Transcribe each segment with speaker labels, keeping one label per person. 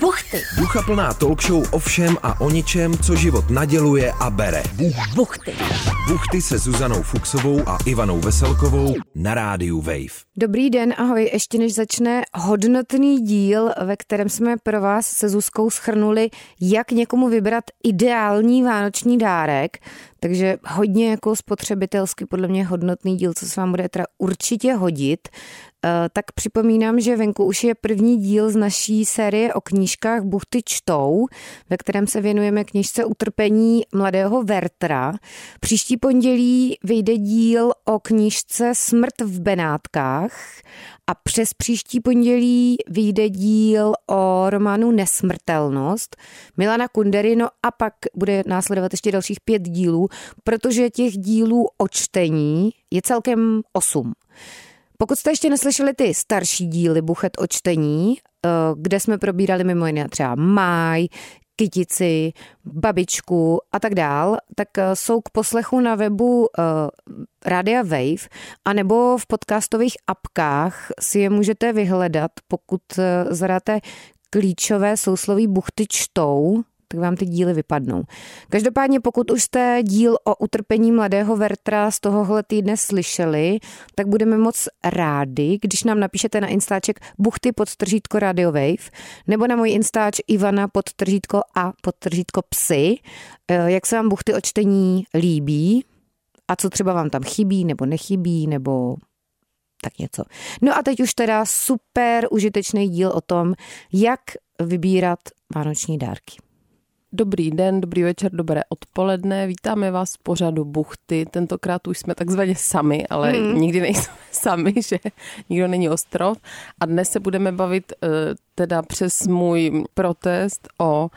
Speaker 1: Buchty.
Speaker 2: Ducha plná talk show o všem a o ničem, co život naděluje a bere.
Speaker 1: Buchty.
Speaker 2: Buchty se Zuzanou Fuxovou a Ivanou Veselkovou na rádiu Wave.
Speaker 3: Dobrý den, ahoj. Ještě než začne hodnotný díl, ve kterém jsme pro vás se Zuzkou schrnuli, jak někomu vybrat ideální vánoční dárek. Takže hodně jako spotřebitelsky podle mě hodnotný díl, co se vám bude teda určitě hodit. Eh, Tak připomínám, že venku už je první díl z naší série o knížkách Buchty čtou, ve kterém se věnujeme knižce Utrpení mladého Vertra. Příští pondělí vyjde díl o knížce Smrt v Benátkách a přes příští pondělí vyjde díl o románu Nesmrtelnost Milana Kundery, no a pak bude následovat ještě dalších pět dílů, protože těch dílů o čtení je celkem osm. Pokud jste ještě neslyšeli ty starší díly Buchet o čtení, eh, kde jsme probírali mimo jiné třeba máj, kytici, babičku a tak dál, tak eh, jsou k poslechu na webu eh, Radia Wave anebo v podcastových apkách si je můžete vyhledat, pokud eh, zadáte klíčové sousloví buchty čtou, tak vám ty díly vypadnou. Každopádně, pokud už jste díl o utrpení mladého Vertra z tohohle týdne slyšeli, tak budeme moc rádi, když nám napíšete na Instaček buchty podtržítko Radio Wave nebo na můj Instač Ivana podtržítko a podtržítko psy, eh, jak se vám buchty o čtení líbí a co třeba vám tam chybí nebo nechybí nebo tak něco. No a teď už teda super užitečný díl o tom, jak vybírat vánoční dárky.
Speaker 4: Dobrý den, dobrý večer, dobré odpoledne. Vítáme vás v pořadu Buchty. Tentokrát už jsme takzvaně sami, ale
Speaker 3: Hmm.
Speaker 4: mm. nikdy nejsme sami, že nikdo není ostrov. A dnes se budeme bavit eh, teda přes můj protest o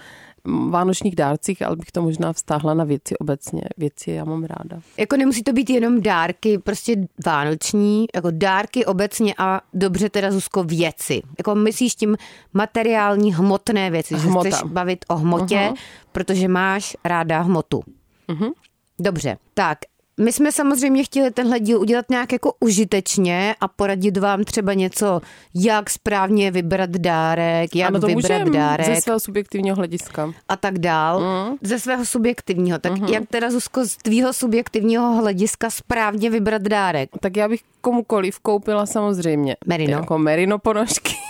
Speaker 4: mm, vánočních dárcích, ale bych to možná vztáhla na věci obecně. Věci já mám ráda.
Speaker 3: Jako nemusí to být jenom dárky, prostě vánoční, jako dárky obecně a dobře teda Zuzko věci. Jako myslíš tím materiální hmotné věci,
Speaker 4: Hmota.
Speaker 3: že chceš bavit o hmotě, uh-huh. protože máš ráda hmotu. Uh-huh.
Speaker 4: Mhm.
Speaker 3: Dobře, tak my jsme samozřejmě chtěli tenhle díl udělat nějak jako užitečně a poradit vám třeba něco, jak správně vybrat dárek, jak
Speaker 4: ano, to
Speaker 3: vybrat
Speaker 4: můžem
Speaker 3: dárek
Speaker 4: ze svého subjektivního hlediska.
Speaker 3: a tak dál, mm. ze svého subjektivního. Tak
Speaker 4: Mhm.
Speaker 3: mm-hmm. jak teda Zuzko z tvýho subjektivního hlediska správně vybrat dárek?
Speaker 4: Tak já bych komukoliv koupila samozřejmě.
Speaker 3: Merino.
Speaker 4: Jako merino ponožky.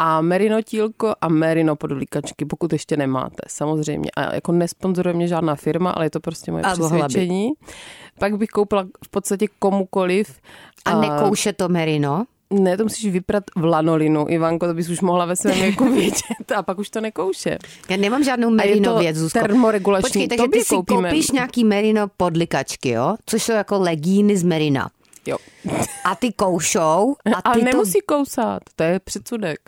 Speaker 4: A merino tílko a merino podvlíkačky, pokud ještě nemáte, samozřejmě. A jako nesponzoruje mě žádná firma, ale je to prostě moje
Speaker 3: A mohla by.
Speaker 4: přesvědčení. Pak bych koupila v podstatě komukoliv.
Speaker 3: A nekouše to merino?
Speaker 4: Ne, to musíš vyprat v lanolinu, Ivanko, to bys už mohla ve svém věku vědět a pak už to nekouše.
Speaker 3: Já nemám žádnou
Speaker 4: A je
Speaker 3: merino
Speaker 4: to
Speaker 3: věc, Zuzko.
Speaker 4: termoregulační,
Speaker 3: Počkej,
Speaker 4: to
Speaker 3: takže ty
Speaker 4: by
Speaker 3: si
Speaker 4: koupíme.
Speaker 3: koupíš nějaký merino podlikačky, jo? Což jsou jako legíny z merina.
Speaker 4: Jo.
Speaker 3: A ty koušou a ty
Speaker 4: ale
Speaker 3: to...
Speaker 4: nemusí kousat, to je předsudek.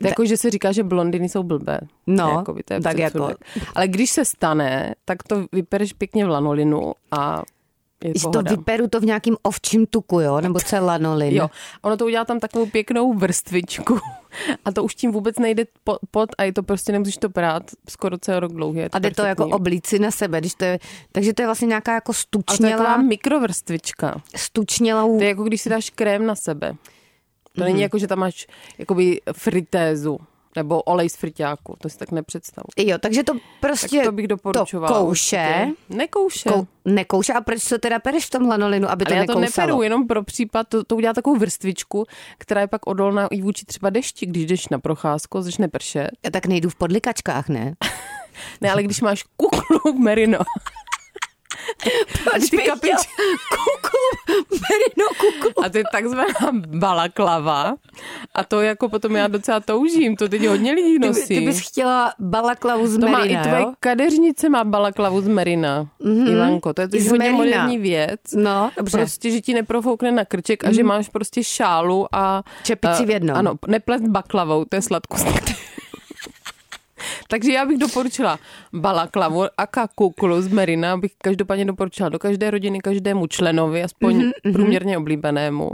Speaker 4: To je jako, že se říká, že blondiny jsou blbé.
Speaker 3: No,
Speaker 4: Jakoby, to je
Speaker 3: tak
Speaker 4: tak
Speaker 3: jako-
Speaker 4: jako. Ale když se stane, tak to vypereš pěkně v lanolinu a je
Speaker 3: Když to
Speaker 4: pohoda.
Speaker 3: vyperu to v nějakým ovčím tuku, jo? Nebo co je lanolin.
Speaker 4: Jo, ono to udělá tam takovou pěknou vrstvičku a to už tím vůbec nejde po- pod a je to prostě, nemusíš to prát skoro celý rok dlouhý. je
Speaker 3: A jde to jako
Speaker 4: perfektní.
Speaker 3: oblíci na sebe, když to je, takže to je vlastně nějaká jako
Speaker 4: A to je taková
Speaker 3: stučnělá,
Speaker 4: mikrovrstvička.
Speaker 3: stučnělou
Speaker 4: To je jako, když si dáš krém na sebe. To
Speaker 3: Mhm.
Speaker 4: není jako, že tam máš jakoby fritézu nebo olej z friťáku. To si tak nepředstavu.
Speaker 3: Jo, takže to prostě
Speaker 4: tak to bych doporučovala.
Speaker 3: to kouše,
Speaker 4: určitě. Nekouše.
Speaker 3: kou, nekouše. A proč to teda pereš v tom lanolinu, aby to
Speaker 4: ale já to
Speaker 3: nekousalo?
Speaker 4: neperu, jenom pro případ, to, to udělá takovou vrstvičku, která je pak odolná i vůči třeba dešti, když jdeš na procházku, začne pršet.
Speaker 3: Já tak nejdu v podlikačkách, ne?
Speaker 4: Ne, ale když máš kuklu merino.
Speaker 3: Proč
Speaker 4: ty kapič- no,
Speaker 3: Kuku, merino kuku.
Speaker 4: A to je takzvaná balaklava. A to jako potom já docela toužím, to teď hodně lidí
Speaker 3: Ty,
Speaker 4: nosí.
Speaker 3: by- ty bys chtěla balaklavu z
Speaker 4: to má
Speaker 3: merina,
Speaker 4: i tvoje
Speaker 3: jo? Mhm.
Speaker 4: kadeřnice má balaklavu z merina, mm-hmm. Ivanko. To je
Speaker 3: Z
Speaker 4: totiž hodně
Speaker 3: merina.
Speaker 4: moderní věc.
Speaker 3: No, dobře. Mhm.
Speaker 4: Prostě, že ti neprofoukne na krček a že máš prostě šálu a...
Speaker 3: Čepici
Speaker 4: a-
Speaker 3: v jednom.
Speaker 4: Ano, neplet baklavou, to je sladkost. Takže já bych doporučila balaklavu a kakuklu z Merina, bych každopádně doporučila do každé rodiny, každému členovi, aspoň
Speaker 3: Mhm,
Speaker 4: mm-hmm. průměrně oblíbenému.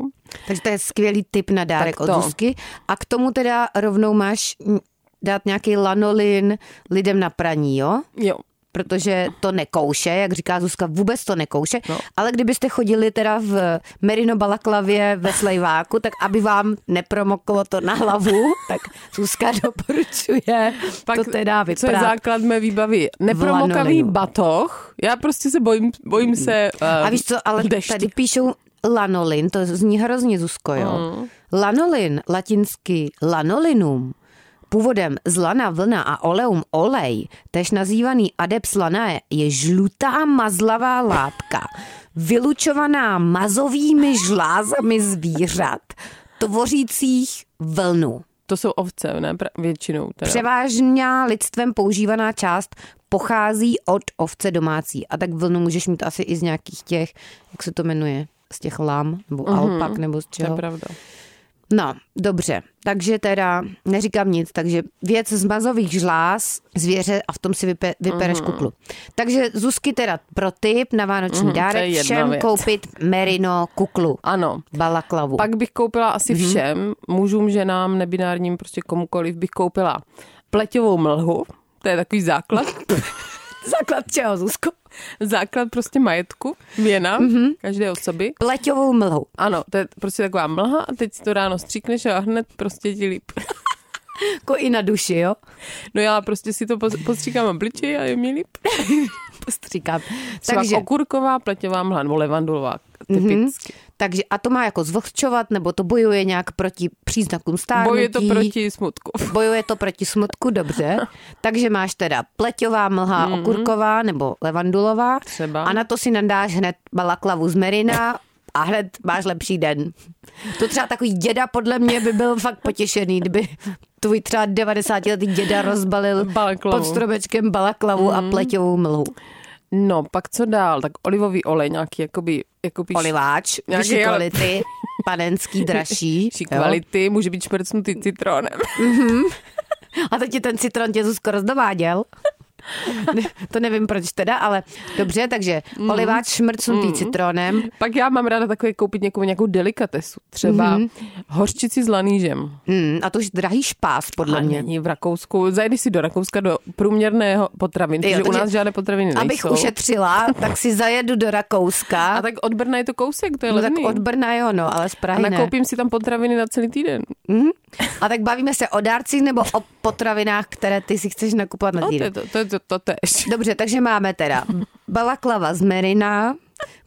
Speaker 3: Takže to je skvělý tip na dárek
Speaker 4: Tak
Speaker 3: od
Speaker 4: to.
Speaker 3: Zuzky. A k tomu teda rovnou máš mm, dát nějaký lanolin lidem na praní, jo?
Speaker 4: Jo.
Speaker 3: protože to nekouše, jak říká Zuzka, vůbec to nekouše, no. ale kdybyste chodili teda v merino balaklavě ve slejváku, tak aby vám nepromoklo to na hlavu, tak Zuzka doporučuje Pak, to teda vyprát.
Speaker 4: Co je základ mé výbavy? Nepromokavý batoh, já prostě se bojím, bojím se uh,
Speaker 3: Mhm. A víš co, ale
Speaker 4: dešť.
Speaker 3: tady píšou lanolin, to zní hrozně Zuzko, jo. Mm. Lanolin, latinský lanolinum, Původem z lana vlna a oleum olej, tež nazývaný adeps lanae, je žlutá mazlavá látka, vylučovaná mazovými žlázami zvířat, tvořících vlnu.
Speaker 4: To jsou ovce, ne? Pra- většinou. Teda.
Speaker 3: Převážná lidstvem používaná část pochází od ovce domácí. A tak vlnu můžeš mít asi i z nějakých těch, jak se to jmenuje, z těch lám, nebo mm-hmm. alpak, nebo z
Speaker 4: Mhm. To je
Speaker 3: čeho.
Speaker 4: pravda.
Speaker 3: No, dobře, takže teda neříkám nic, takže věc z mazových žláz, zvěře a v tom si vype, vypereš mm-hmm.
Speaker 4: Mhm.
Speaker 3: kuklu. Takže Zuzky teda pro tip na vánoční mm-hmm,
Speaker 4: to je
Speaker 3: dárek
Speaker 4: jedna
Speaker 3: všem
Speaker 4: věc.
Speaker 3: koupit merino kuklu,
Speaker 4: Ano.
Speaker 3: balaklavu.
Speaker 4: Pak bych koupila asi mm-hmm. všem, mužům, ženám, nebinárním, prostě komukoliv, bych koupila pleťovou mlhu, to je takový základ.
Speaker 3: základ čeho, Zuzko?
Speaker 4: základ prostě majetku, věna, mm-hmm. každé osoby.
Speaker 3: Pleťovou mlhu.
Speaker 4: Ano, to je prostě taková mlha a teď si to ráno stříkneš a hned prostě ti líp.
Speaker 3: Jako i na duši, jo?
Speaker 4: No já prostě si to pos- postříkám obličej a je mi líp.
Speaker 3: Postříkám.
Speaker 4: Třeba
Speaker 3: Takže,
Speaker 4: Takže... Mhm. okurková, pleťová mlha nebo levandulová, typicky.
Speaker 3: takže a to má jako zvlhčovat, nebo to bojuje nějak proti příznakům
Speaker 4: Mm-hmm.
Speaker 3: stárnutí?
Speaker 4: Bojuje to proti smutku.
Speaker 3: Bojuje to proti smutku, dobře. Takže máš teda pleťová mlha, mm-hmm. okurková nebo levandulová.
Speaker 4: Mhm. Třeba.
Speaker 3: A na to si nadáš hned balaklavu z merina a hned máš lepší den. To třeba takový děda podle mě by byl fakt potěšený, kdyby tvůj třeba 90 letý děda rozbalil
Speaker 4: Balaklavu. Mhm.
Speaker 3: pod stromečkem balaklavu mm-hmm. a pleťovou mlhu.
Speaker 4: No, pak co dál? Tak olivový olej, nějaký jakoby, jakoby
Speaker 3: Oliváč,
Speaker 4: Nějaký,
Speaker 3: vyšší
Speaker 4: ale-
Speaker 3: kvality, panenský, dražší.
Speaker 4: ší
Speaker 3: jo.
Speaker 4: kvality, může být šprcnutý citronem.
Speaker 3: A teď ti ten citron tě Zuzko rozdováděl. Ne, to nevím proč teda, ale dobře, takže
Speaker 4: Mhm.
Speaker 3: mm. oliváč šmrcnutý mm. citronem.
Speaker 4: Pak já mám ráda takové koupit někomu nějakou delikatesu, třeba
Speaker 3: Mhm.
Speaker 4: mm-hmm. hořčici s lanížem.
Speaker 3: Mm, a to už drahý špás, podle
Speaker 4: A
Speaker 3: mě.
Speaker 4: není v Rakousku. Zajdeš si do Rakouska do průměrného potravin,
Speaker 3: Jo,
Speaker 4: protože u
Speaker 3: takže
Speaker 4: nás žádné potraviny nejsou.
Speaker 3: Abych ušetřila, tak si zajedu do Rakouska.
Speaker 4: A tak od Brna je to kousek, to je
Speaker 3: no, tak
Speaker 4: levný.
Speaker 3: od Brna jo, no, ale z
Speaker 4: a
Speaker 3: Prahy ne.
Speaker 4: nakoupím si tam potraviny na celý týden.
Speaker 3: A tak bavíme se o dárcích nebo o potravinách, které ty si chceš nakupovat na
Speaker 4: No, to
Speaker 3: týden.
Speaker 4: je to, to, je to, to tež.
Speaker 3: Dobře, takže máme teda balaklava z merina,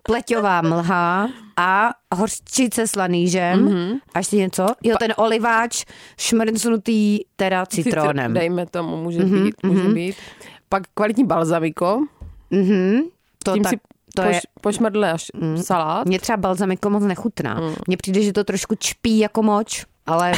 Speaker 3: pleťová mlha a hořčice s lanížem.
Speaker 4: Mhm.
Speaker 3: Mm-hmm. A ještě něco? Jo, ten oliváč šmrcnutý teda citronem. Mhm,
Speaker 4: Citr- Dejme tomu, může mm-hmm, být, může mm-hmm. být. Pak kvalitní balzamiko,
Speaker 3: To
Speaker 4: tím
Speaker 3: tak,
Speaker 4: si
Speaker 3: to je...
Speaker 4: poš,
Speaker 3: Mm.
Speaker 4: pošmrdláš salát.
Speaker 3: Mně třeba balzamiko moc nechutná. Mm. Mně přijde, že to trošku čpí jako moč, ale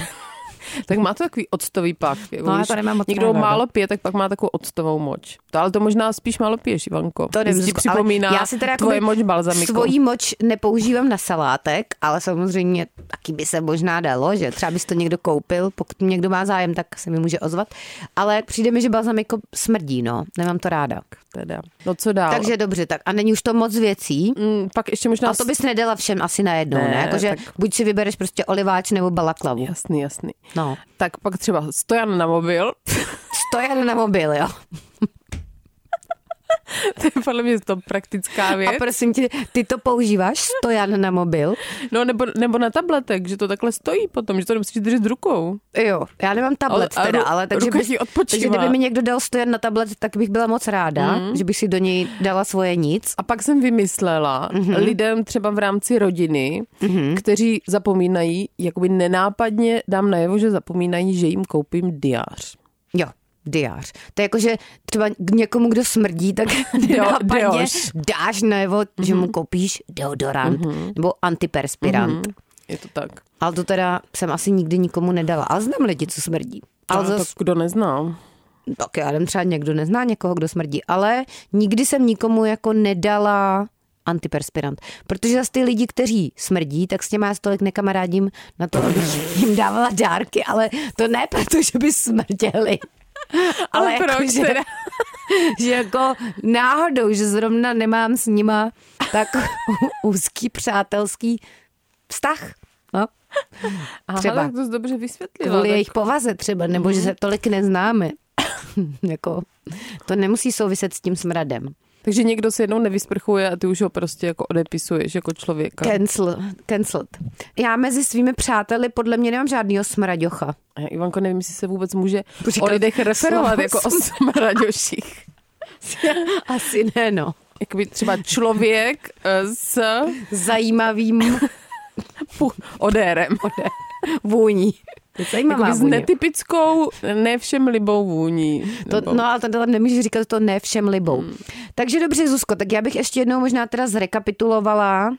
Speaker 4: Tak má to takový octový pak. Jako
Speaker 3: No, já
Speaker 4: když
Speaker 3: to nemám moc
Speaker 4: Někdo
Speaker 3: ráda.
Speaker 4: málo pije, tak pak má takovou octovou moč. To, ale to možná spíš málo piješ, Ivanko.
Speaker 3: to nevím.
Speaker 4: Jestli ti
Speaker 3: Zuzko, ale
Speaker 4: připomíná
Speaker 3: já si teda
Speaker 4: tvoje
Speaker 3: jakoby
Speaker 4: moč balzamiku.
Speaker 3: Svojí moč nepoužívám na salátek, ale samozřejmě taky by se možná dalo, že třeba by si to někdo koupil, pokud někdo má zájem, tak se mi může ozvat. Ale přijde mi, že balzamiko smrdí, no. Nemám to ráda.
Speaker 4: Teda. No co dál?
Speaker 3: Takže dobře, tak a není už to moc věcí.
Speaker 4: Mm, pak ještě možná...
Speaker 3: A to bys nedala všem asi najednou, ne?
Speaker 4: Ne,
Speaker 3: ne? Jakože
Speaker 4: tak-
Speaker 3: buď si vybereš prostě oliváč nebo balaklavu.
Speaker 4: Jasný, jasný.
Speaker 3: No,
Speaker 4: Tak pak třeba stojan na mobil.
Speaker 3: stojan na mobil, jo.
Speaker 4: to je podle mě to praktická věc.
Speaker 3: A prosím tě, ty to používáš, stojan na mobil?
Speaker 4: No nebo, nebo na tabletek, že to takhle stojí potom, že to nemusíš držet rukou.
Speaker 3: Jo, já nemám tablet
Speaker 4: Ale-
Speaker 3: ale,
Speaker 4: a
Speaker 3: teda,
Speaker 4: ru-
Speaker 3: ale takže,
Speaker 4: ruka
Speaker 3: bych,
Speaker 4: ti odpočívá. Mhm.
Speaker 3: takže kdyby mi někdo dal stojan na tablet, tak bych byla moc ráda, mm. že bych si do něj dala svoje nic.
Speaker 4: A pak jsem vymyslela mm-hmm. lidem třeba v rámci rodiny, mm-hmm. kteří zapomínají, jakoby nenápadně dám najevo, že zapomínají, že jim koupím diář.
Speaker 3: Jo, diář. To je jako, že třeba k někomu, kdo smrdí, tak nenápadně
Speaker 4: deoš.
Speaker 3: dáš najevo, mm-hmm.
Speaker 4: Mhm.
Speaker 3: že mu koupíš deodorant mm-hmm. nebo antiperspirant. Mm-hmm.
Speaker 4: Je to tak.
Speaker 3: Ale to teda jsem asi nikdy nikomu nedala. Ale znám lidi, co smrdí. Ale
Speaker 4: Ale No, to,
Speaker 3: zas,
Speaker 4: kdo nezná.
Speaker 3: tak já nevím, třeba někdo nezná někoho, kdo smrdí, ale nikdy jsem nikomu jako nedala antiperspirant. Protože zase ty lidi, kteří smrdí, tak s těma já stolik nekamarádím na to, abych jim dávala dárky, ale to ne proto, že by smrděli.
Speaker 4: Ale
Speaker 3: jako,
Speaker 4: proč
Speaker 3: že,
Speaker 4: teda?
Speaker 3: že jako náhodou, že zrovna nemám s nima tak úzký přátelský vztah. No,
Speaker 4: Aha,
Speaker 3: Třeba.
Speaker 4: tak to jsi dobře vysvětlila.
Speaker 3: kvůli
Speaker 4: tak-
Speaker 3: Mhm. jejich povaze třeba, nebo že se tolik neznáme. jako, to nemusí souviset s tím smradem.
Speaker 4: Takže někdo se jednou nevysprchuje a ty už ho prostě jako odepisuješ jako člověka.
Speaker 3: Cancel, cancelled. Já mezi svými přáteli podle mě nemám žádného smraďocha.
Speaker 4: A já, Ivanko, nevím, jestli se vůbec může
Speaker 3: Počkej,
Speaker 4: o lidech referovat
Speaker 3: slovo
Speaker 4: jako o smraďoších.
Speaker 3: Asi ne, no.
Speaker 4: Jakoby třeba člověk eh, s
Speaker 3: Zajímavým
Speaker 4: odérem.
Speaker 3: vůní. To je zajímavá
Speaker 4: Jakoby s
Speaker 3: vůně.
Speaker 4: Jako netypickou, ne všem libou vůní. Nebo-
Speaker 3: To, no ale to tam nemůžeš říkat to ne všem libou. Hmm. Takže dobře, Zuzko, tak já bych ještě jednou možná teda zrekapitulovala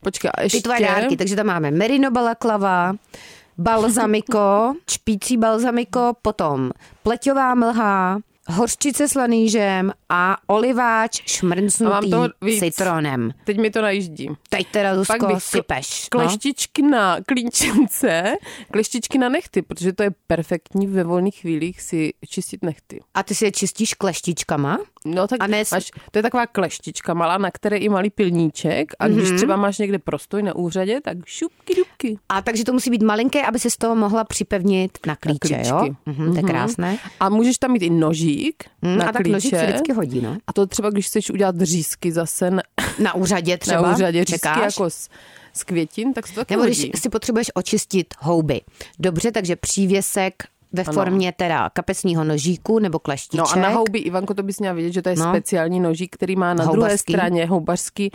Speaker 4: Počkej, a ještě...
Speaker 3: ty tvoje dárky. Takže tam máme merino balaklava, balzamiko, čpící balzamiko, potom pleťová mlha, hořčice s lanýžem a oliváč
Speaker 4: A mám
Speaker 3: šmrncnutý
Speaker 4: toho víc.
Speaker 3: citronem.
Speaker 4: Teď mi to najíždí.
Speaker 3: Teď teda,
Speaker 4: Pak
Speaker 3: Zuzko,
Speaker 4: bych kl-
Speaker 3: sypeš. No?
Speaker 4: Kleštičky na klíčence, kleštičky na nechty, protože to je perfektní ve volných chvílích si čistit nechty.
Speaker 3: A ty si je čistíš kleštičkama?
Speaker 4: No tak
Speaker 3: A
Speaker 4: a
Speaker 3: ne-
Speaker 4: ne... máš, to je taková kleštička malá, na které i malý pilníček a když
Speaker 3: Mhm.
Speaker 4: mm-hmm. třeba máš někde prostoj na úřadě, tak šupky dubky.
Speaker 3: A takže to musí být malinké, aby si z toho mohla připevnit na klíče,
Speaker 4: klíčky.
Speaker 3: jo? Mhm, to je krásné.
Speaker 4: A můžeš tam mít i nožík
Speaker 3: Mm,
Speaker 4: mm, na
Speaker 3: a tak
Speaker 4: klíče.
Speaker 3: nožík se vždycky hodí, no.
Speaker 4: A to třeba, když chceš udělat řízky zase na,
Speaker 3: Na úřadě třeba?
Speaker 4: na úřadě, řízky
Speaker 3: čekáš?
Speaker 4: jako z, z květin, tak se to taky
Speaker 3: Nebo
Speaker 4: hodí.
Speaker 3: když si potřebuješ očistit houby. Dobře, takže přívěsek ve formě teda kapesního nožíku nebo kleštíček.
Speaker 4: No a na houby, Ivanko, to bys měla vědět, že to je
Speaker 3: No.
Speaker 4: no. speciální nožík, který má na druhé
Speaker 3: Houbařský.
Speaker 4: straně houbařský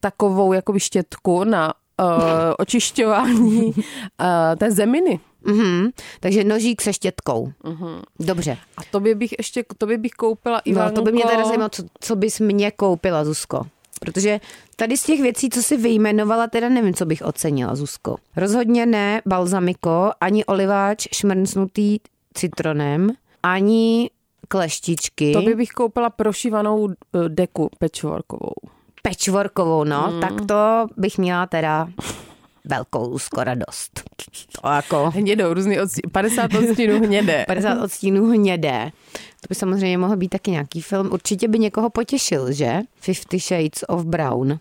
Speaker 4: takovou jakoby štětku na uh, očišťování uh, té zeminy.
Speaker 3: Mhm, takže nožík se štětkou.
Speaker 4: Mhm.
Speaker 3: Dobře.
Speaker 4: A tobě bych ještě, k tobě bych koupila,
Speaker 3: No,
Speaker 4: Ivanko...
Speaker 3: to by mě teda zajímalo, co, co bys mě koupila, Zuzko. Protože tady z těch věcí, co si vyjmenovala, teda nevím, co bych ocenila, Zuzko. Rozhodně ne balzamiko, ani oliváč šmrncnutý citronem, ani kleštičky.
Speaker 4: Tobě bych koupila prošívanou eh, deku pečvorkovou.
Speaker 3: pečvorkovou, no,
Speaker 4: Hmm.
Speaker 3: mm. tak to bych měla teda velkou úzko radost. To jako
Speaker 4: Hnědou, různý odstí, 50 odstínů hnědé.
Speaker 3: 50 odstínů hnědé. To by samozřejmě mohl být taky nějaký film. Určitě by někoho potěšil, že? Fifty Shades of Brown.
Speaker 4: Mm.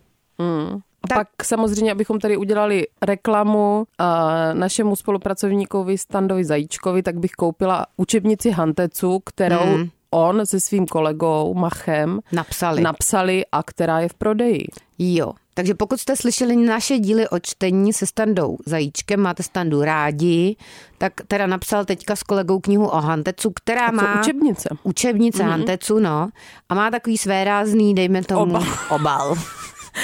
Speaker 4: A
Speaker 3: Tak-
Speaker 4: tak. pak samozřejmě, abychom tady udělali reklamu a našemu spolupracovníkovi Standovi Zajíčkovi, tak bych koupila učebnici Hantecu, kterou
Speaker 3: Mm.
Speaker 4: mm. on se svým kolegou Machem
Speaker 3: Napsali.
Speaker 4: napsali a která je v prodeji.
Speaker 3: Jo. Takže pokud jste slyšeli naše díly o čtení se Standou Zajíčkem, máte Standu rádi, tak teda napsal teďka s kolegou knihu o Hantecu, která
Speaker 4: Co Mhm.
Speaker 3: má...
Speaker 4: učebnice?
Speaker 3: učebnice mm-hmm. Hantecu, no, a má takový své rázný, dejme tomu, obal.
Speaker 4: Obal.
Speaker 3: obal.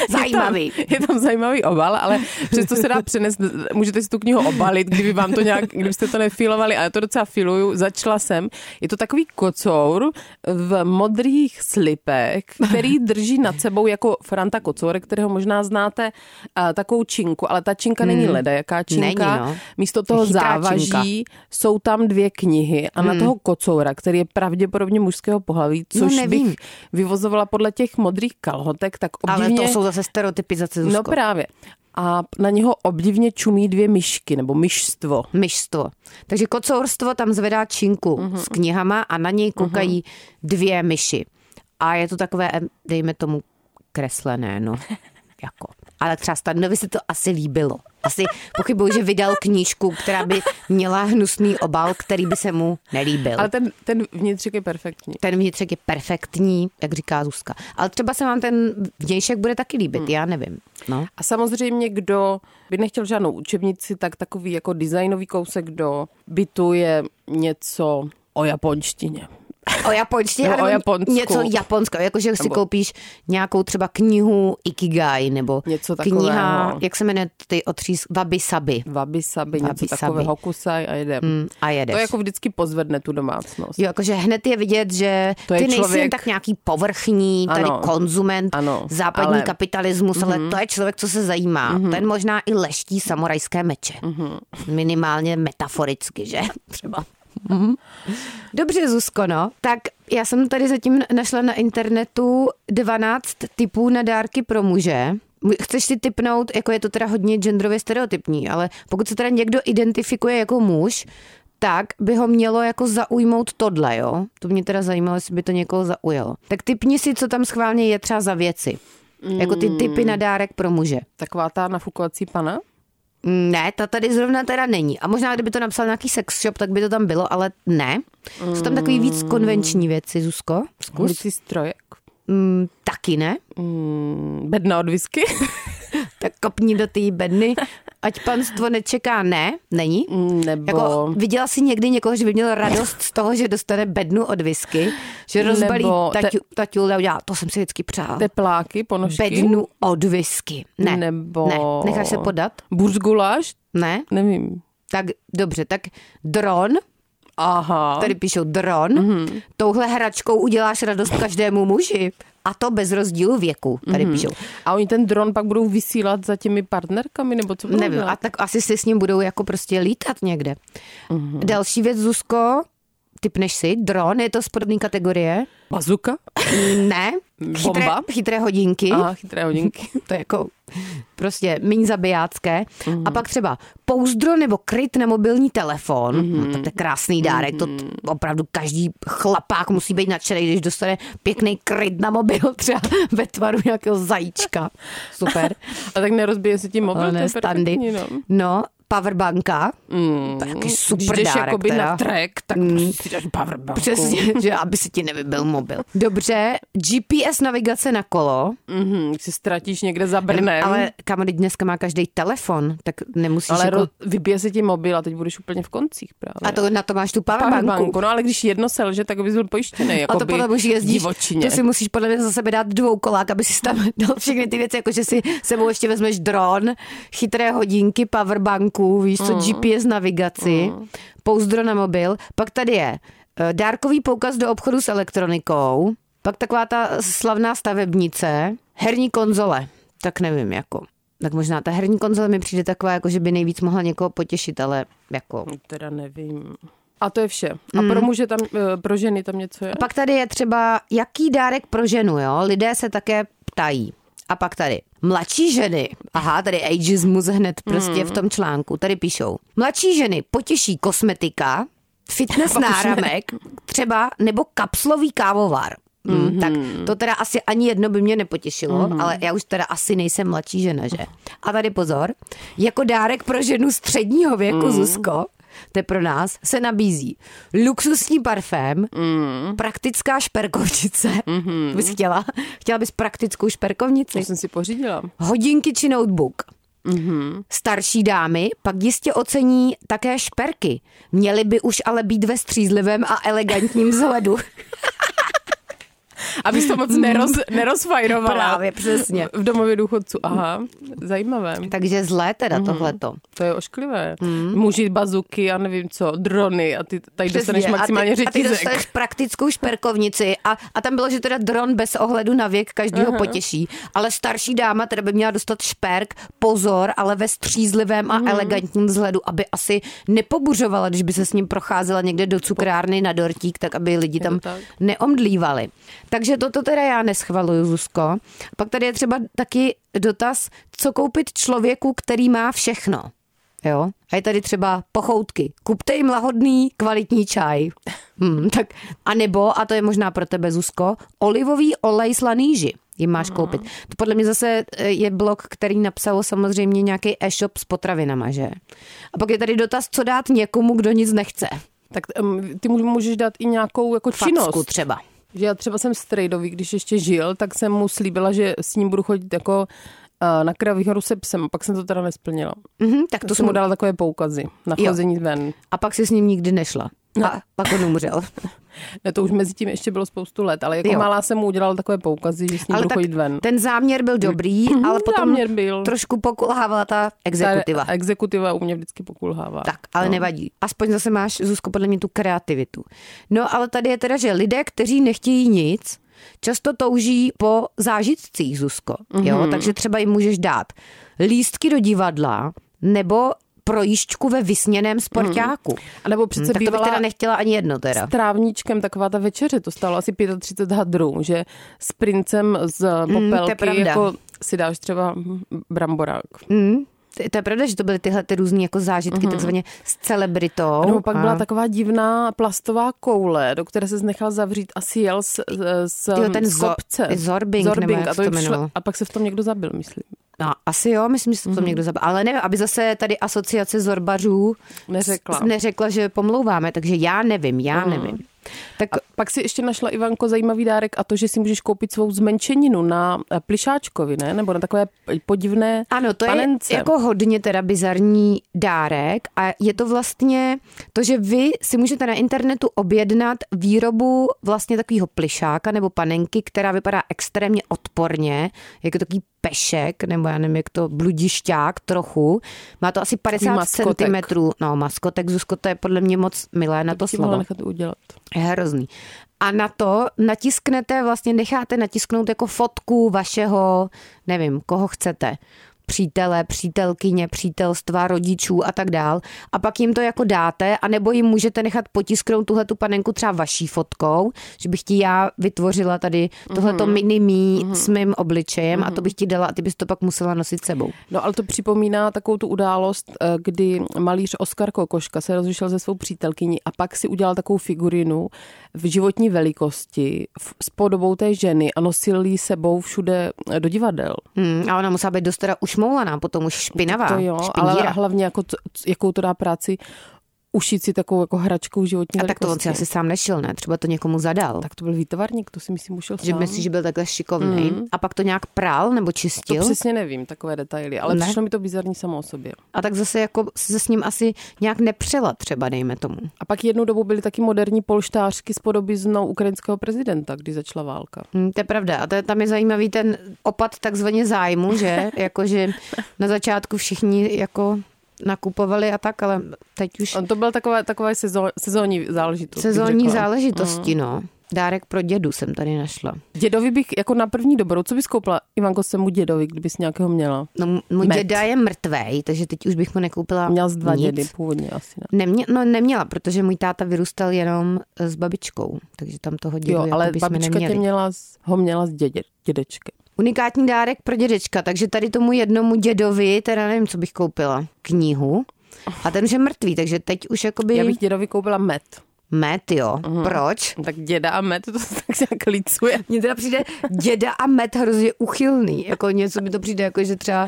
Speaker 3: Zajímavý.
Speaker 4: Je tam, je tam zajímavý obal, ale přesto se dá přenést, můžete si tu knihu obalit, kdyby vám to nějak, kdybyste to nefilovali, a já to docela filuju, začala jsem. Je to takový kocour v modrých slipech, který drží nad sebou jako Franta Kocour, kterého možná znáte, a takovou činku, ale ta činka není leda, jaká činka.
Speaker 3: Hmm. Není, no.
Speaker 4: Místo toho
Speaker 3: Chytrá
Speaker 4: závaží
Speaker 3: činka. Hmm.
Speaker 4: jsou tam dvě knihy a na toho kocoura, který je pravděpodobně mužského pohlaví, což
Speaker 3: No, nevím.
Speaker 4: bych vyvozovala podle těch modrých kalhotek, tak
Speaker 3: Ale
Speaker 4: obdivně...
Speaker 3: to jsou zase stereotypizace, Zuzko.
Speaker 4: No právě. A na něho obdivně čumí dvě myšky, nebo myšstvo.
Speaker 3: Myšstvo. Takže kocourstvo tam zvedá činku
Speaker 4: Mhm.
Speaker 3: mm-hmm. s knihama a na něj koukají mm-hmm. dvě myši. A je to takové, em, dejme tomu, kreslené, no. jako. Ale třeba Standovi se to asi líbilo. Asi pochybuju, že vydal knížku, která by měla hnusný obal, který by se mu nelíbil.
Speaker 4: Ale ten, ten vnitřek je perfektní.
Speaker 3: ten vnitřek je perfektní, jak říká Zuzka. Ale třeba se vám ten vnějšek bude taky líbit,
Speaker 4: Hmm.
Speaker 3: já nevím. No.
Speaker 4: A samozřejmě, kdo by nechtěl žádnou učebnici, tak takový jako designový kousek do bytu je něco o japonštině.
Speaker 3: O japonštině,
Speaker 4: Nebo
Speaker 3: anebo
Speaker 4: o Japonsku.
Speaker 3: něco japonského, jakože si
Speaker 4: Nebo-
Speaker 3: koupíš nějakou třeba knihu Ikigai, nebo
Speaker 4: Něco takového. no.
Speaker 3: kniha, jak se jmenuje ty otříz, Wabi Sabi.
Speaker 4: Vabi sabi, něco
Speaker 3: Wabi-sabi.
Speaker 4: takového, kusaj a jedem.
Speaker 3: Mm, A jedeš.
Speaker 4: To jako vždycky pozvedne tu domácnost.
Speaker 3: Jo, jakože hned je vidět, že
Speaker 4: To je
Speaker 3: ty nejsi jen
Speaker 4: člověk-
Speaker 3: tak nějaký povrchní, tady
Speaker 4: Ano.
Speaker 3: konzument,
Speaker 4: Ano,
Speaker 3: západní ale...
Speaker 4: ale- Mhm.
Speaker 3: kapitalismus, ale to je člověk, co se zajímá. Ten možná i leští samurajské meče.
Speaker 4: Mhm.
Speaker 3: Minimálně metaforicky, že? Třeba. Mhm. Dobře, Zuzko, no. Tak já jsem tady zatím našla na internetu 12 typů na dárky pro muže. Chceš si typnout, jako je to teda hodně genderově stereotypní, ale pokud se teda někdo identifikuje jako muž, tak by ho mělo jako zaujmout tohle, jo? To mě teda zajímalo, jestli by to někoho zaujalo. Tak typni si, co tam schválně je třeba za věci. Jako ty typy na dárek pro muže.
Speaker 4: Taková ta nafukovací pana?
Speaker 3: Mm, Ne, ta tady zrovna teda není. A možná, kdyby to napsal nějaký sex shop, tak by to tam bylo, ale ne. Jsou tam takový víc konvenční věci, Zuzko? Zkus.
Speaker 4: Holicí strojek.
Speaker 3: Mm, taky ne.
Speaker 4: Mm, bedna od whisky.
Speaker 3: Tak kopni do té bedny. Ať panstvo nečeká, ne, není.
Speaker 4: Nebo...
Speaker 3: Jako, viděla jsi někdy někoho, že by měl radost z toho, že dostane bednu od whisky, že rozbalí
Speaker 4: Nebo te-
Speaker 3: taťu, taťulda a udělá, to jsem si vždycky přál.
Speaker 4: Tepláky, ponožky.
Speaker 3: Bednu od whisky. Ne,
Speaker 4: Nebo-
Speaker 3: ne. Necháš se podat?
Speaker 4: Burzguláš?
Speaker 3: Ne.
Speaker 4: Nevím.
Speaker 3: Tak dobře, tak dron,
Speaker 4: Aha.
Speaker 3: tady píšou dron,
Speaker 4: Mhm.
Speaker 3: mm-hmm. touhle hračkou uděláš radost každému muži. A to bez rozdílu věku, tady
Speaker 4: Mhm.
Speaker 3: mm-hmm. píšou.
Speaker 4: A oni ten dron pak budou vysílat za těmi partnerkami, nebo co budou
Speaker 3: Nevím,
Speaker 4: dělat?
Speaker 3: a tak asi si s ním budou jako prostě lítat někde.
Speaker 4: Mhm.
Speaker 3: Další věc, Zuzko, typneš si, dron, je to z podobné kategorie?
Speaker 4: Bazuka?
Speaker 3: Ne. Chytré,
Speaker 4: Bomba?
Speaker 3: chytré hodinky.
Speaker 4: Aha, chytré hodinky.
Speaker 3: To je jako prostě méně zabijácké.
Speaker 4: Mhm.
Speaker 3: A pak třeba pouzdro nebo kryt na mobilní telefon.
Speaker 4: Mhm.
Speaker 3: No, to je krásný dárek, to t- opravdu každý chlapák musí být nadšený, když dostane pěkný kryt na mobil třeba ve tvaru nějakého zajíčka. Super.
Speaker 4: A tak nerozbije se ti mobil,
Speaker 3: Ale
Speaker 4: to je
Speaker 3: ne, standy.
Speaker 4: perfektní, no. Mm-hmm.
Speaker 3: No, powerbanka. To je jaký
Speaker 4: Když
Speaker 3: super
Speaker 4: jdeš
Speaker 3: dárek
Speaker 4: jakoby
Speaker 3: teda.
Speaker 4: na track, tak mm. si dáš powerbanku.
Speaker 3: Přesně, že aby se ti nevybil mobil. Dobře, GPS navigace na kolo,
Speaker 4: Mhm, si ztratíš někde za Brnem.
Speaker 3: ale kam dneska má každý telefon, tak nemusíš
Speaker 4: ale
Speaker 3: ale jako...
Speaker 4: ro- vybije se ti mobil a teď budeš úplně v koncích
Speaker 3: A
Speaker 4: právě.
Speaker 3: to, na to máš tu powerbanku.
Speaker 4: Powerbanku. No ale když jedno selže, tak bys byl pojištěný.
Speaker 3: A to
Speaker 4: jakoby
Speaker 3: potom už jezdíš,
Speaker 4: divočině.
Speaker 3: to si musíš podle mě za sebe dát dvoukolák, aby si tam dal všechny ty věci, jako že si sebou ještě vezmeš dron, chytré hodinky, powerbanku, víš
Speaker 4: Mm.
Speaker 3: co, GPS navigaci, pouzdro na mobil. Pak tady je eh, dárkový poukaz do obchodu s elektronikou, pak taková ta slavná stavebnice, herní konzole, tak nevím, jako. Tak možná ta herní konzole mi přijde taková, jako že by nejvíc mohla někoho potěšit, ale jako...
Speaker 4: No Teda nevím. A to je vše. A pro muže tam, eh, pro ženy tam něco je?
Speaker 3: Hmm. A pak tady je třeba, jaký dárek pro ženu, jo? Lidé se také ptají. A pak tady, mladší ženy, aha, tady ageismus hned prostě v tom článku, tady píšou, mladší ženy potěší kosmetika, fitness náramek, třeba nebo kapslový kávovar. Mm, Tak to teda asi ani jedno by mě nepotěšilo, ale já už teda asi nejsem mladší žena, že? A tady pozor, jako dárek pro ženu středního věku, Zuzko, to je pro nás, se nabízí luxusní parfém, praktická šperkovnice, bys chtěla? Chtěla bys praktickou šperkovnici?
Speaker 4: To jsem si pořídila.
Speaker 3: Hodinky či notebook? Mhm. Starší dámy pak jistě ocení také šperky. Měly by už ale být ve střízlivém a elegantním vzhledu.
Speaker 4: Abys to moc neroz, nerozfajrovala.
Speaker 3: Hmm. Právě, přesně.
Speaker 4: V domově důchodců. Aha, zajímavé.
Speaker 3: Takže zlé teda tohleto.
Speaker 4: To je ošklivé. Muži bazuky a nevím co, drony a ty tady dostaneš
Speaker 3: Hmm. Přesně.
Speaker 4: maximálně
Speaker 3: a ty, A ty
Speaker 4: řetízek.
Speaker 3: dostaneš praktickou šperkovnici a, a tam bylo, že teda dron bez ohledu na věk každýho potěší. Ale starší dáma teda by měla dostat šperk, pozor, ale ve střízlivém
Speaker 4: Mhm.
Speaker 3: a elegantním vzhledu, aby asi nepobuřovala, když by se s ním procházela někde do cukrárny na dortík, tak aby lidi tam
Speaker 4: tak.
Speaker 3: neomdlívali. Takže toto teda já neschvaluju, Zuzko. Pak tady je třeba taky dotaz, co koupit člověku, který má všechno. Jo? A je tady třeba pochoutky. Kupte jim lahodný, kvalitní čaj. Hmm, tak, a nebo, a to je možná pro tebe, Zuzko, olivový olej s laníži jim
Speaker 4: Mhm.
Speaker 3: máš koupit. To podle mě zase eh, je blog, který napsalo samozřejmě nějaký e-shop s potravinama, že? A pak je tady dotaz, co dát někomu, kdo nic nechce.
Speaker 4: Tak um, ty mu můžeš dát i nějakou jako činnost.
Speaker 3: Facku třeba.
Speaker 4: Že já třeba jsem strejdovi, když ještě žil, tak jsem mu slíbila, že s ním budu chodit jako eh, na kraví horu se psem. Pak jsem to teda nesplnila.
Speaker 3: Mhm, tak
Speaker 4: To
Speaker 3: to
Speaker 4: jsem
Speaker 3: jsem
Speaker 4: mu dala takové poukazy na
Speaker 3: Jo.
Speaker 4: chození ven.
Speaker 3: A pak si s ním nikdy nešla.
Speaker 4: No.
Speaker 3: A pak on umřel.
Speaker 4: Ne, to už mezi tím ještě bylo spoustu let, ale jako
Speaker 3: Jo.
Speaker 4: jo. malá jsem mu udělala takové poukazy, že s ním
Speaker 3: Ale
Speaker 4: budu
Speaker 3: tak
Speaker 4: chodit ven. Mhm.
Speaker 3: ten záměr byl dobrý, ale potom
Speaker 4: záměr byl.
Speaker 3: trošku pokulhávala ta exekutiva.
Speaker 4: Ta exekutiva u mě vždycky pokulhává.
Speaker 3: Tak, ale no. nevadí. Aspoň zase máš, Zuzko, podle mě tu kreativitu. No ale tady je teda, že lidé, kteří nechtějí nic, často touží po zážitcích, Zuzko. Jo?
Speaker 4: Mhm.
Speaker 3: Takže třeba jim můžeš dát lístky do divadla nebo projížďku ve vysněném sportáku.
Speaker 4: A nebo přece
Speaker 3: Hmm, Tak to bych
Speaker 4: Mhm. bývala
Speaker 3: teda nechtěla ani jedno teda.
Speaker 4: s trávníčkem taková ta večeře, to stálo asi 35 hadrů, že s princem z
Speaker 3: Hmm, to je
Speaker 4: popelky
Speaker 3: pravda.
Speaker 4: jako si dáš třeba bramborák.
Speaker 3: Mm. To je pravda, že to byly tyhle ty různé jako zážitky takzvaně s celebritou.
Speaker 4: No, Mhm. pak
Speaker 3: A-
Speaker 4: byla taková divná plastová koule, do které se nechal zavřít a si jel z, z, z,
Speaker 3: Tyjo, ten
Speaker 4: z
Speaker 3: zo-
Speaker 4: kopce.
Speaker 3: Zorbing, nebo jak
Speaker 4: a,
Speaker 3: se
Speaker 4: to
Speaker 3: to
Speaker 4: přišlo,
Speaker 3: jmenovalo.
Speaker 4: a pak se v tom někdo zabil, myslím.
Speaker 3: No, asi jo, myslím, že se to
Speaker 4: Mhm.
Speaker 3: mm-hmm. někdo zabá. Ale nevím, aby zase tady asociace zorbařů
Speaker 4: Neřekla. Mhm.
Speaker 3: s- neřekla, že pomlouváme, takže já nevím, já mm. nevím. Tak
Speaker 4: Pak si ještě našla Ivanko zajímavý dárek a to, že si můžeš koupit svou zmenšeninu na eh, plišáčkovi, ne? Nebo na takové p- podivné
Speaker 3: Ano, to
Speaker 4: panence.
Speaker 3: je jako hodně teda bizarní dárek a je to vlastně to, že vy si můžete na internetu objednat výrobu vlastně takového plišáka nebo panenky, která vypadá extrémně odporně, jako takový pešek, nebo já nevím, jak to, bludišťák trochu. Má to asi 50
Speaker 4: maskotek.
Speaker 3: centimetrů. No, maskotek, Zuzko, to je podle mě moc milé na to
Speaker 4: Ti mohla
Speaker 3: slovo.
Speaker 4: nechat udělat.
Speaker 3: Je hrozný. A na to natisknete, vlastně necháte natisknout jako fotku vašeho, nevím, koho chcete. Přítele, přítelkyně, přítelstva, rodičů a tak dál. A pak jim to jako dáte, anebo jim můžete nechat potisknout tuhle tu panenku třeba vaší fotkou, že bych ti já vytvořila tady tohleto
Speaker 4: Mhm.
Speaker 3: mm-hmm. mini mí mm-hmm. s mým obličejem mm-hmm. a to bych ti dala a ty bys to pak musela nosit sebou.
Speaker 4: No ale to připomíná takovou tu událost, eh, kdy malíř Oskar Kokoška se rozešel se svou přítelkyní a pak si udělal takovou figurinu v životní velikosti v- s podobou té ženy a nosil ji sebou všude eh, do divadel.
Speaker 3: Hmm, a ona musela být dost teda ušmoulaná, potom už špinavá,
Speaker 4: To jo,
Speaker 3: špindíra.
Speaker 4: ale hlavně jako, t- jakou to dá práci ušit si takovou jako hračkou životní
Speaker 3: a tak to on si
Speaker 4: velikosti.
Speaker 3: asi sám nešil, ne? Třeba to někomu zadal.
Speaker 4: Tak to byl výtvarník, to si myslím ušel
Speaker 3: Že
Speaker 4: sám.
Speaker 3: myslíš, že byl takhle šikovný. No. Mm. A pak to nějak prál nebo
Speaker 4: to
Speaker 3: čistil.
Speaker 4: přesně nevím, takové detaily, ale
Speaker 3: Ne.
Speaker 4: ne. přišlo mi to bizarní samo o sobě.
Speaker 3: A tak zase jako se s ním asi nějak nepřela třeba, dejme tomu.
Speaker 4: A pak jednu dobu byly taky moderní polštářky s podobiznou ukrajinského prezidenta, když začala válka.
Speaker 3: Hm, to je pravda. A to je, tam je zajímavý ten opad takzvaně zájmu, že? Jakože na začátku všichni jako nakupovali a tak, ale teď už
Speaker 4: On to byl takové, takové sezó, sezónní záležitost. bych
Speaker 3: sezónní
Speaker 4: řekla.
Speaker 3: záležitosti, no. Dárek pro dědu jsem tady našla.
Speaker 4: Dědovi bych jako na první dobrou, co bys koupila, Ivanko, svému dědovi, kdybys nějakého měla?
Speaker 3: No, m- můj
Speaker 4: Met.
Speaker 3: děda je mrtvej, takže teď už bych mu nekoupila
Speaker 4: Měla z dva
Speaker 3: nic.
Speaker 4: dědy původně asi, ne?
Speaker 3: Nemě, no neměla, protože můj táta vyrůstal jenom eh, s babičkou, takže tam toho dědu
Speaker 4: Jo, ale
Speaker 3: jakoby jsme
Speaker 4: babička
Speaker 3: jako neměli.
Speaker 4: tě měla, s- ho měla s dědě, dědečkem.
Speaker 3: Unikátní dárek pro dědečka, takže tady tomu jednomu dědovi, teda nevím, co bych koupila, knihu. A ten už je mrtvý, takže teď už jakoby
Speaker 4: Já
Speaker 3: bych...
Speaker 4: bych Mhm. dědovi koupila met.
Speaker 3: met, jo. Proč?
Speaker 4: Tak děda a met, to tak nějak licuje.
Speaker 3: Mně teda přijde děda a met hrozně uchylný. Jako něco mi to přijde, jako že třeba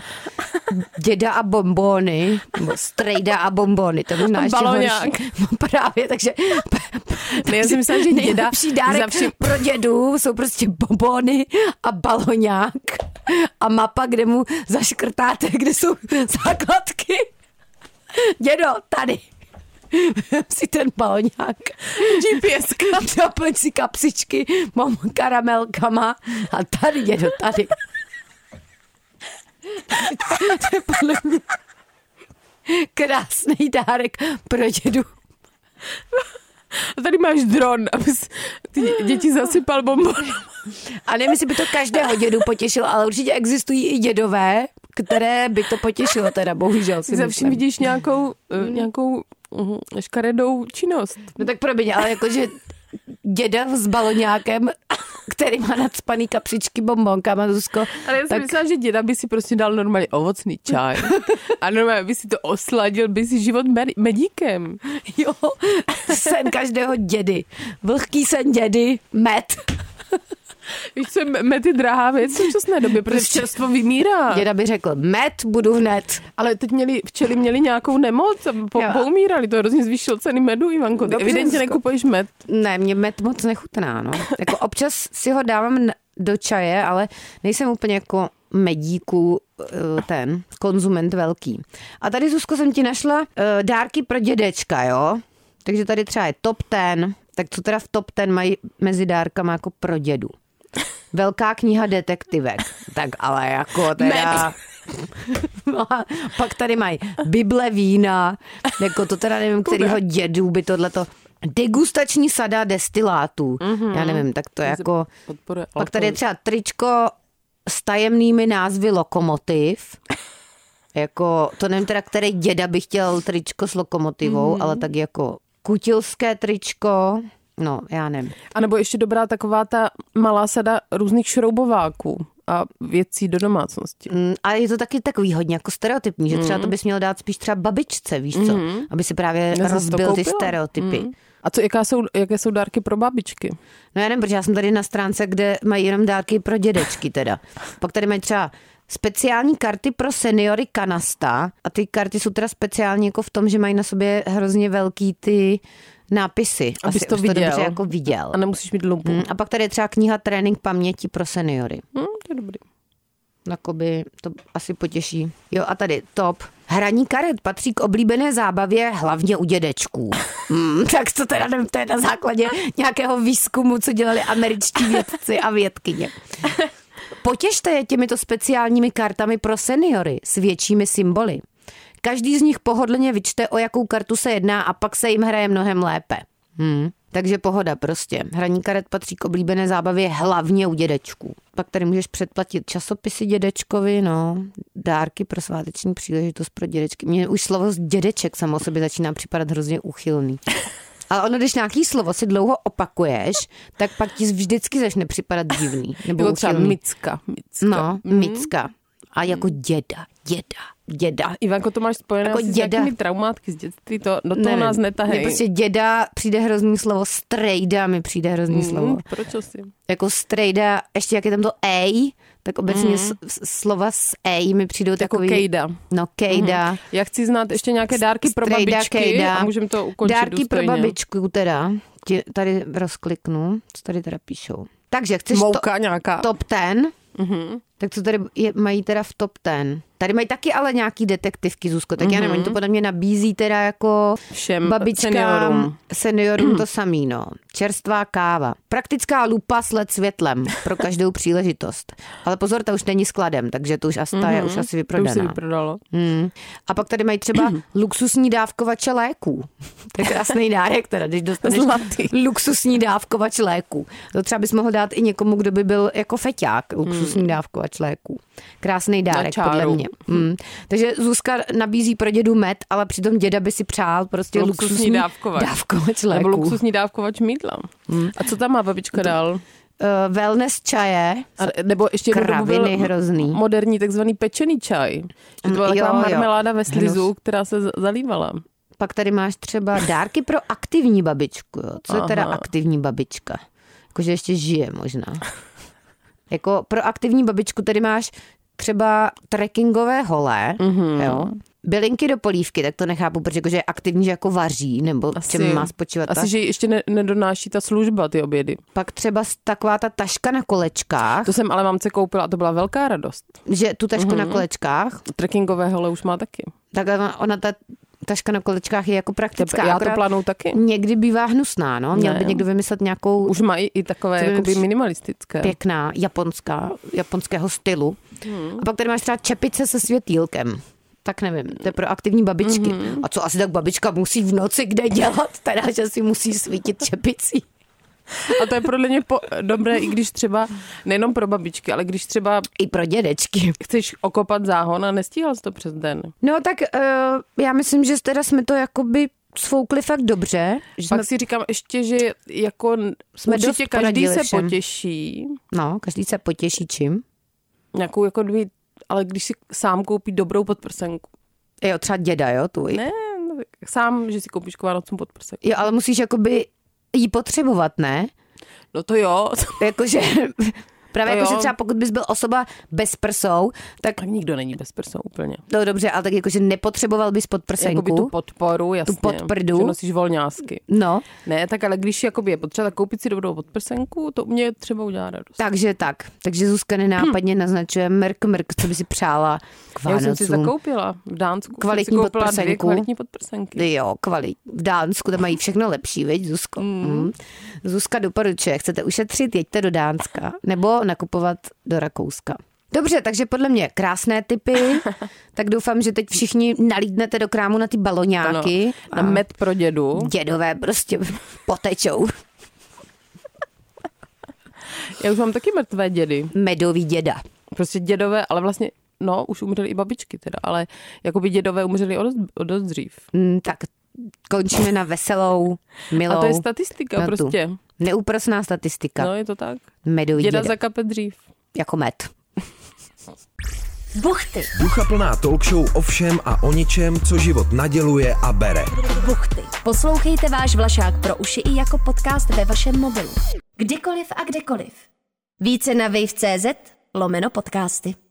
Speaker 3: děda a bombony, nebo strejda a bombony, to možná ještě
Speaker 4: Baloňák.
Speaker 3: horší. No právě, takže...
Speaker 4: Ne, já si myslela, že děda
Speaker 3: Nejlepší dárek
Speaker 4: za vším-
Speaker 3: pro dědu jsou prostě bombony a baloňák a mapa, kde mu zaškrtáte, kde jsou základky. Dědo, tady. Vem si ten baloňák. GPS. Doplň si kapsičky, mám karamelkama a tady, dědo, tady. To je podle mě krásný dárek pro dědu.
Speaker 4: A tady máš dron, aby ty děti zasypal bombon.
Speaker 3: A nevím, jestli by to každého dědu potěšilo, ale určitě existují i dědové, které by to potěšilo teda, bohužel si
Speaker 4: Ty za
Speaker 3: myslím.
Speaker 4: vším vidíš nějakou, eh, nějakou mhm, škaredou činnost.
Speaker 3: No tak promiň, ale jakože děda s baloňákem, který má nadspaný kapřičky bombonkama, Zuzko,
Speaker 4: Ale já jsem
Speaker 3: tak
Speaker 4: myslela, že děda by si prostě dal normálně ovocný čaj a normálně by si to osladil, by si život med- medíkem.
Speaker 3: jo, sen každého dědy. Vlhký sen dědy, met.
Speaker 4: Víš, co je me- mety drahá věc v současné době, protože
Speaker 3: Prostě-
Speaker 4: včelstvo vymírá.
Speaker 3: Děda by řekl, met budu hned.
Speaker 4: Ale teď měli, včely měli nějakou nemoc a po,
Speaker 3: Jo.
Speaker 4: poumírali, to hrozně zvýšilo ceny medu, Ivanko. Ty
Speaker 3: Dobře,
Speaker 4: evidentně
Speaker 3: Zuzko.
Speaker 4: nekupuješ med.
Speaker 3: Ne, mě met moc nechutná, no. Jako občas si ho dávám n- do čaje, ale nejsem úplně jako medíku eh, ten konzument velký. A tady, Zuzko, jsem ti našla eh, dárky pro dědečka, jo? Takže tady třeba je top ten, tak co teda v top ten mají mezi dárkama jako pro dědu? Velká kniha detektivek. Tak ale jako teda... No a pak tady mají Bible vína, jako to teda nevím, kterýho dědu by tohleto... Degustační sada destilátů. Mm-hmm. Já nevím, tak to je jako...
Speaker 4: Podporuje
Speaker 3: Pak tady je třeba tričko s tajemnými názvy lokomotiv. Jako, to nevím teda, který děda by chtěl tričko s lokomotivou, mm-hmm. ale tak jako kutilské tričko, no já nevím.
Speaker 4: A nebo ještě dobrá taková ta malá sada různých šroubováků a věcí do domácnosti.
Speaker 3: Mm, A je to taky takový hodně jako stereotypní, že třeba to bys měl dát spíš třeba babičce, víš co? Aby si právě
Speaker 4: Mm. Mm-hmm. Já jsem si to
Speaker 3: rozbil ty
Speaker 4: koupila.
Speaker 3: stereotypy.
Speaker 4: Mm. A co, jaká jsou, jaké jsou dárky pro babičky?
Speaker 3: No já nevím, protože já jsem tady na stránce, kde mají jenom dárky pro dědečky teda. Pak tady mají třeba speciální karty pro seniory Kanasta. A ty karty jsou teda speciální jako v tom, že mají na sobě hrozně velký ty nápisy.
Speaker 4: Abys
Speaker 3: Asi
Speaker 4: to
Speaker 3: už to
Speaker 4: viděl.
Speaker 3: dobře jako viděl.
Speaker 4: A nemusíš mít lumpu.
Speaker 3: Mm, A pak tady je třeba kniha Trénink paměti pro seniory.
Speaker 4: Hm, to je dobrý.
Speaker 3: Jakoby to asi potěší. Jo a tady top. Hraní karet patří k oblíbené zábavě hlavně u dědečků. Hmm, tak to teda nevím, to je na základě nějakého výzkumu, co dělali američtí vědci a vědkyně. Potěšte je těmito speciálními kartami pro seniory s většími symboly. Každý z nich pohodlně vyčte, o jakou kartu se jedná a pak se jim hraje mnohem lépe. Hmm. Takže pohoda prostě. Hraní karet patří k oblíbené zábavě hlavně u dědečků. Pak tady můžeš předplatit časopisy dědečkovi, no, dárky pro sváteční příležitost pro dědečky. Mně už slovo dědeček samo o sobě začíná připadat hrozně uchylný. Ale ono, když nějaký slovo si dlouho opakuješ, tak pak ti vždycky začne připadat divný. Nebo
Speaker 4: Nebo třeba
Speaker 3: uchylný.
Speaker 4: micka. micka. Mhm.
Speaker 3: No, micka. A jako děda, děda, děda.
Speaker 4: A Ivanko, to máš spojené
Speaker 3: Jako
Speaker 4: jako s
Speaker 3: děda.
Speaker 4: nějakými traumátky z dětství, to do toho
Speaker 3: Nevím.
Speaker 4: nás
Speaker 3: Mně
Speaker 4: netahej.
Speaker 3: prostě děda přijde hrozný slovo, strejda mi přijde hrozný
Speaker 4: Mm,
Speaker 3: slovo.
Speaker 4: proč asi?
Speaker 3: Jako strejda, ještě jak je tam to ej, tak obecně s, s- slova s ej mi přijdou
Speaker 4: Mhm. Jako
Speaker 3: takový...
Speaker 4: kejda.
Speaker 3: No, kejda.
Speaker 4: Já chci znát ještě nějaké dárky pro
Speaker 3: Strejda,
Speaker 4: babičky
Speaker 3: kejda.
Speaker 4: a můžeme to ukončit
Speaker 3: Dárky pro
Speaker 4: důstojně.
Speaker 3: babičku teda. Ti tady rozkliknu, co tady teda píšou. Takže chceš
Speaker 4: Mouka nějaká.
Speaker 3: to, top ten,
Speaker 4: Mhm.
Speaker 3: tak co tady je, mají teda v top ten? Tady mají taky ale nějaký detektivky, Zuzko, tak já nevím, oni to podle mě nabízí teda jako
Speaker 4: Mhm. Všem
Speaker 3: babičkám,
Speaker 4: seniorům.
Speaker 3: seniorům to samý, no. Čerstvá káva. Praktická lupa s LED světlem pro každou příležitost. Ale pozor, ta už není skladem, takže to už asi, ta je už asi
Speaker 4: Mhm. To už
Speaker 3: vyprodaná.
Speaker 4: se vyprodalo.
Speaker 3: Hmm. A pak tady mají třeba luxusní dávkovače léků. To je krásný dárek teda, když dostaneš
Speaker 4: Zlatý.
Speaker 3: luxusní dávkovač léků. To třeba bys mohl dát i někomu, kdo by byl jako feťák, luxusní dávkovač léků. Krásný dárek
Speaker 4: Hmm. čáru.
Speaker 3: podle mě. Hmm. Takže Zuzka nabízí pro dědu med, ale přitom děda by si přál prostě
Speaker 4: Luxusní
Speaker 3: luxusní,
Speaker 4: dávkovač.
Speaker 3: dávkovač léků. Mm.
Speaker 4: Nebo luxusní dávkovač mídla. A co tam má babička dál?
Speaker 3: Uh, wellness čaje.
Speaker 4: A, nebo ještě jednou dobu byl
Speaker 3: Kraviny hrozný.
Speaker 4: moderní takzvaný pečený čaj. Že to byla
Speaker 3: Mm,
Speaker 4: taková
Speaker 3: jo, jo.
Speaker 4: marmeláda ve slizu,
Speaker 3: Hnus.
Speaker 4: která se z- zalívala.
Speaker 3: Pak tady máš třeba dárky pro aktivní babičku. Jo. Co je teda
Speaker 4: Aha.
Speaker 3: aktivní babička? Jakože ještě žije možná. Jako pro aktivní babičku tady máš třeba trekkingové hole,
Speaker 4: Mhm.
Speaker 3: mm-hmm. jo. Bylinky do polívky, tak to nechápu, protože jakože je aktivní, že jako vaří, nebo v čem má spočívat. ta-
Speaker 4: Asi, že ji ještě ne, nedonáší ta služba, ty obědy.
Speaker 3: Pak třeba s- taková ta taška na kolečkách,
Speaker 4: To jsem ale mamce koupila a to byla velká radost.
Speaker 3: že tu tašku mm-hmm.
Speaker 4: Mhm.
Speaker 3: na kolečkách,
Speaker 4: Trekkingové hole už má taky.
Speaker 3: tak ona, ona ta taška na kolečkách je jako praktická.
Speaker 4: já to
Speaker 3: akorát
Speaker 4: plánuju taky.
Speaker 3: Někdy bývá hnusná, no. Měl
Speaker 4: Ne,
Speaker 3: by
Speaker 4: jo.
Speaker 3: někdo vymyslet nějakou
Speaker 4: Už mají i takové
Speaker 3: To by mi
Speaker 4: jakoby
Speaker 3: při-
Speaker 4: minimalistické.
Speaker 3: pěkná japonská, japonského stylu. Hmm. A pak tady máš třeba čepice se světýlkem. Tak nevím, to je pro aktivní babičky. Hmm. A co asi tak babička musí v noci kde dělat, teda, že si musí svítit čepicí.
Speaker 4: A to je podle mě po, dobré, i když třeba, nejenom pro babičky, ale když třeba
Speaker 3: I pro dědečky.
Speaker 4: chceš okopat záhon a nestíhal jsi to přes den.
Speaker 3: No tak uh, já myslím, že teda jsme to jakoby svoukli fakt dobře. Že jsme,
Speaker 4: Pak si říkám ještě, že jako
Speaker 3: Jsme
Speaker 4: jsme
Speaker 3: dost
Speaker 4: určitě každý
Speaker 3: poradili
Speaker 4: se
Speaker 3: všem.
Speaker 4: potěší
Speaker 3: no, každý se potěší čím.
Speaker 4: nějakou jako dvě, ale když si sám koupí dobrou podprsenku.
Speaker 3: Jo, třeba děda, jo, tvůj.
Speaker 4: Ne, no tak sám, že si koupíš k Vánocům podprsenku.
Speaker 3: Jo, ale musíš jakoby ji potřebovat, ne?
Speaker 4: No to jo,
Speaker 3: Jakože... Právě
Speaker 4: To
Speaker 3: jako, že
Speaker 4: jo.
Speaker 3: třeba pokud bys byl osoba bez prsou, tak
Speaker 4: tak nikdo není bez prsou úplně.
Speaker 3: No dobře, ale tak jakože nepotřeboval bys
Speaker 4: Jakoby
Speaker 3: podprsenku.
Speaker 4: tu podporu, jasně.
Speaker 3: podprdu.
Speaker 4: Že nosíš volňásky.
Speaker 3: No,
Speaker 4: Ne, tak ale když jakoby je potřeba tak koupit si dobrou podprsenku, to mě třeba udělá radost.
Speaker 3: takže tak. Takže Zuzka nenápadně naznačuje mrk mrk, co by si přála k
Speaker 4: Hm. Já už jsem si
Speaker 3: Vánocům.
Speaker 4: zakoupila v Dánsku.
Speaker 3: Kvalitní
Speaker 4: jsem si koupila dvě
Speaker 3: podprsenku.
Speaker 4: kvalitní podprsenky.
Speaker 3: Jo, kvalit. V Dánsku tam mají všechno lepší, viď, Zuzko? Mm. Mm. Zuzka doporučuje, chcete ušetřit, jeďte do Dánska. Nebo nakupovat do Rakouska. Dobře, takže podle mě krásné typy. tak doufám, že teď všichni nalídnete do krámu na ty baloňáky.
Speaker 4: Na No, med pro dědu.
Speaker 3: Dědové prostě potečou.
Speaker 4: Já už mám taky mrtvé dědy.
Speaker 3: Medový děda.
Speaker 4: Prostě dědové, ale vlastně, no, už umřeli i babičky teda, ale jakoby dědové umřeli o dost, o dost dřív.
Speaker 3: Mm, tak končíme na veselou, milou.
Speaker 4: A to je statistika
Speaker 3: na tu.
Speaker 4: prostě.
Speaker 3: Neúprosná statistika.
Speaker 4: No,
Speaker 3: No,
Speaker 4: je to tak.
Speaker 3: Medový
Speaker 4: Děda
Speaker 3: děda,
Speaker 4: za kape dřív.
Speaker 3: jako med.
Speaker 1: Buchty,
Speaker 2: Ducha plná talk show o všem a o ničem, co život naděluje a bere.
Speaker 1: buchty. Poslouchejte váš Vlašák pro uši i jako podcast ve vašem mobilu. Kdykoliv a kdekoliv. Více na wave.cz lomeno podcasty.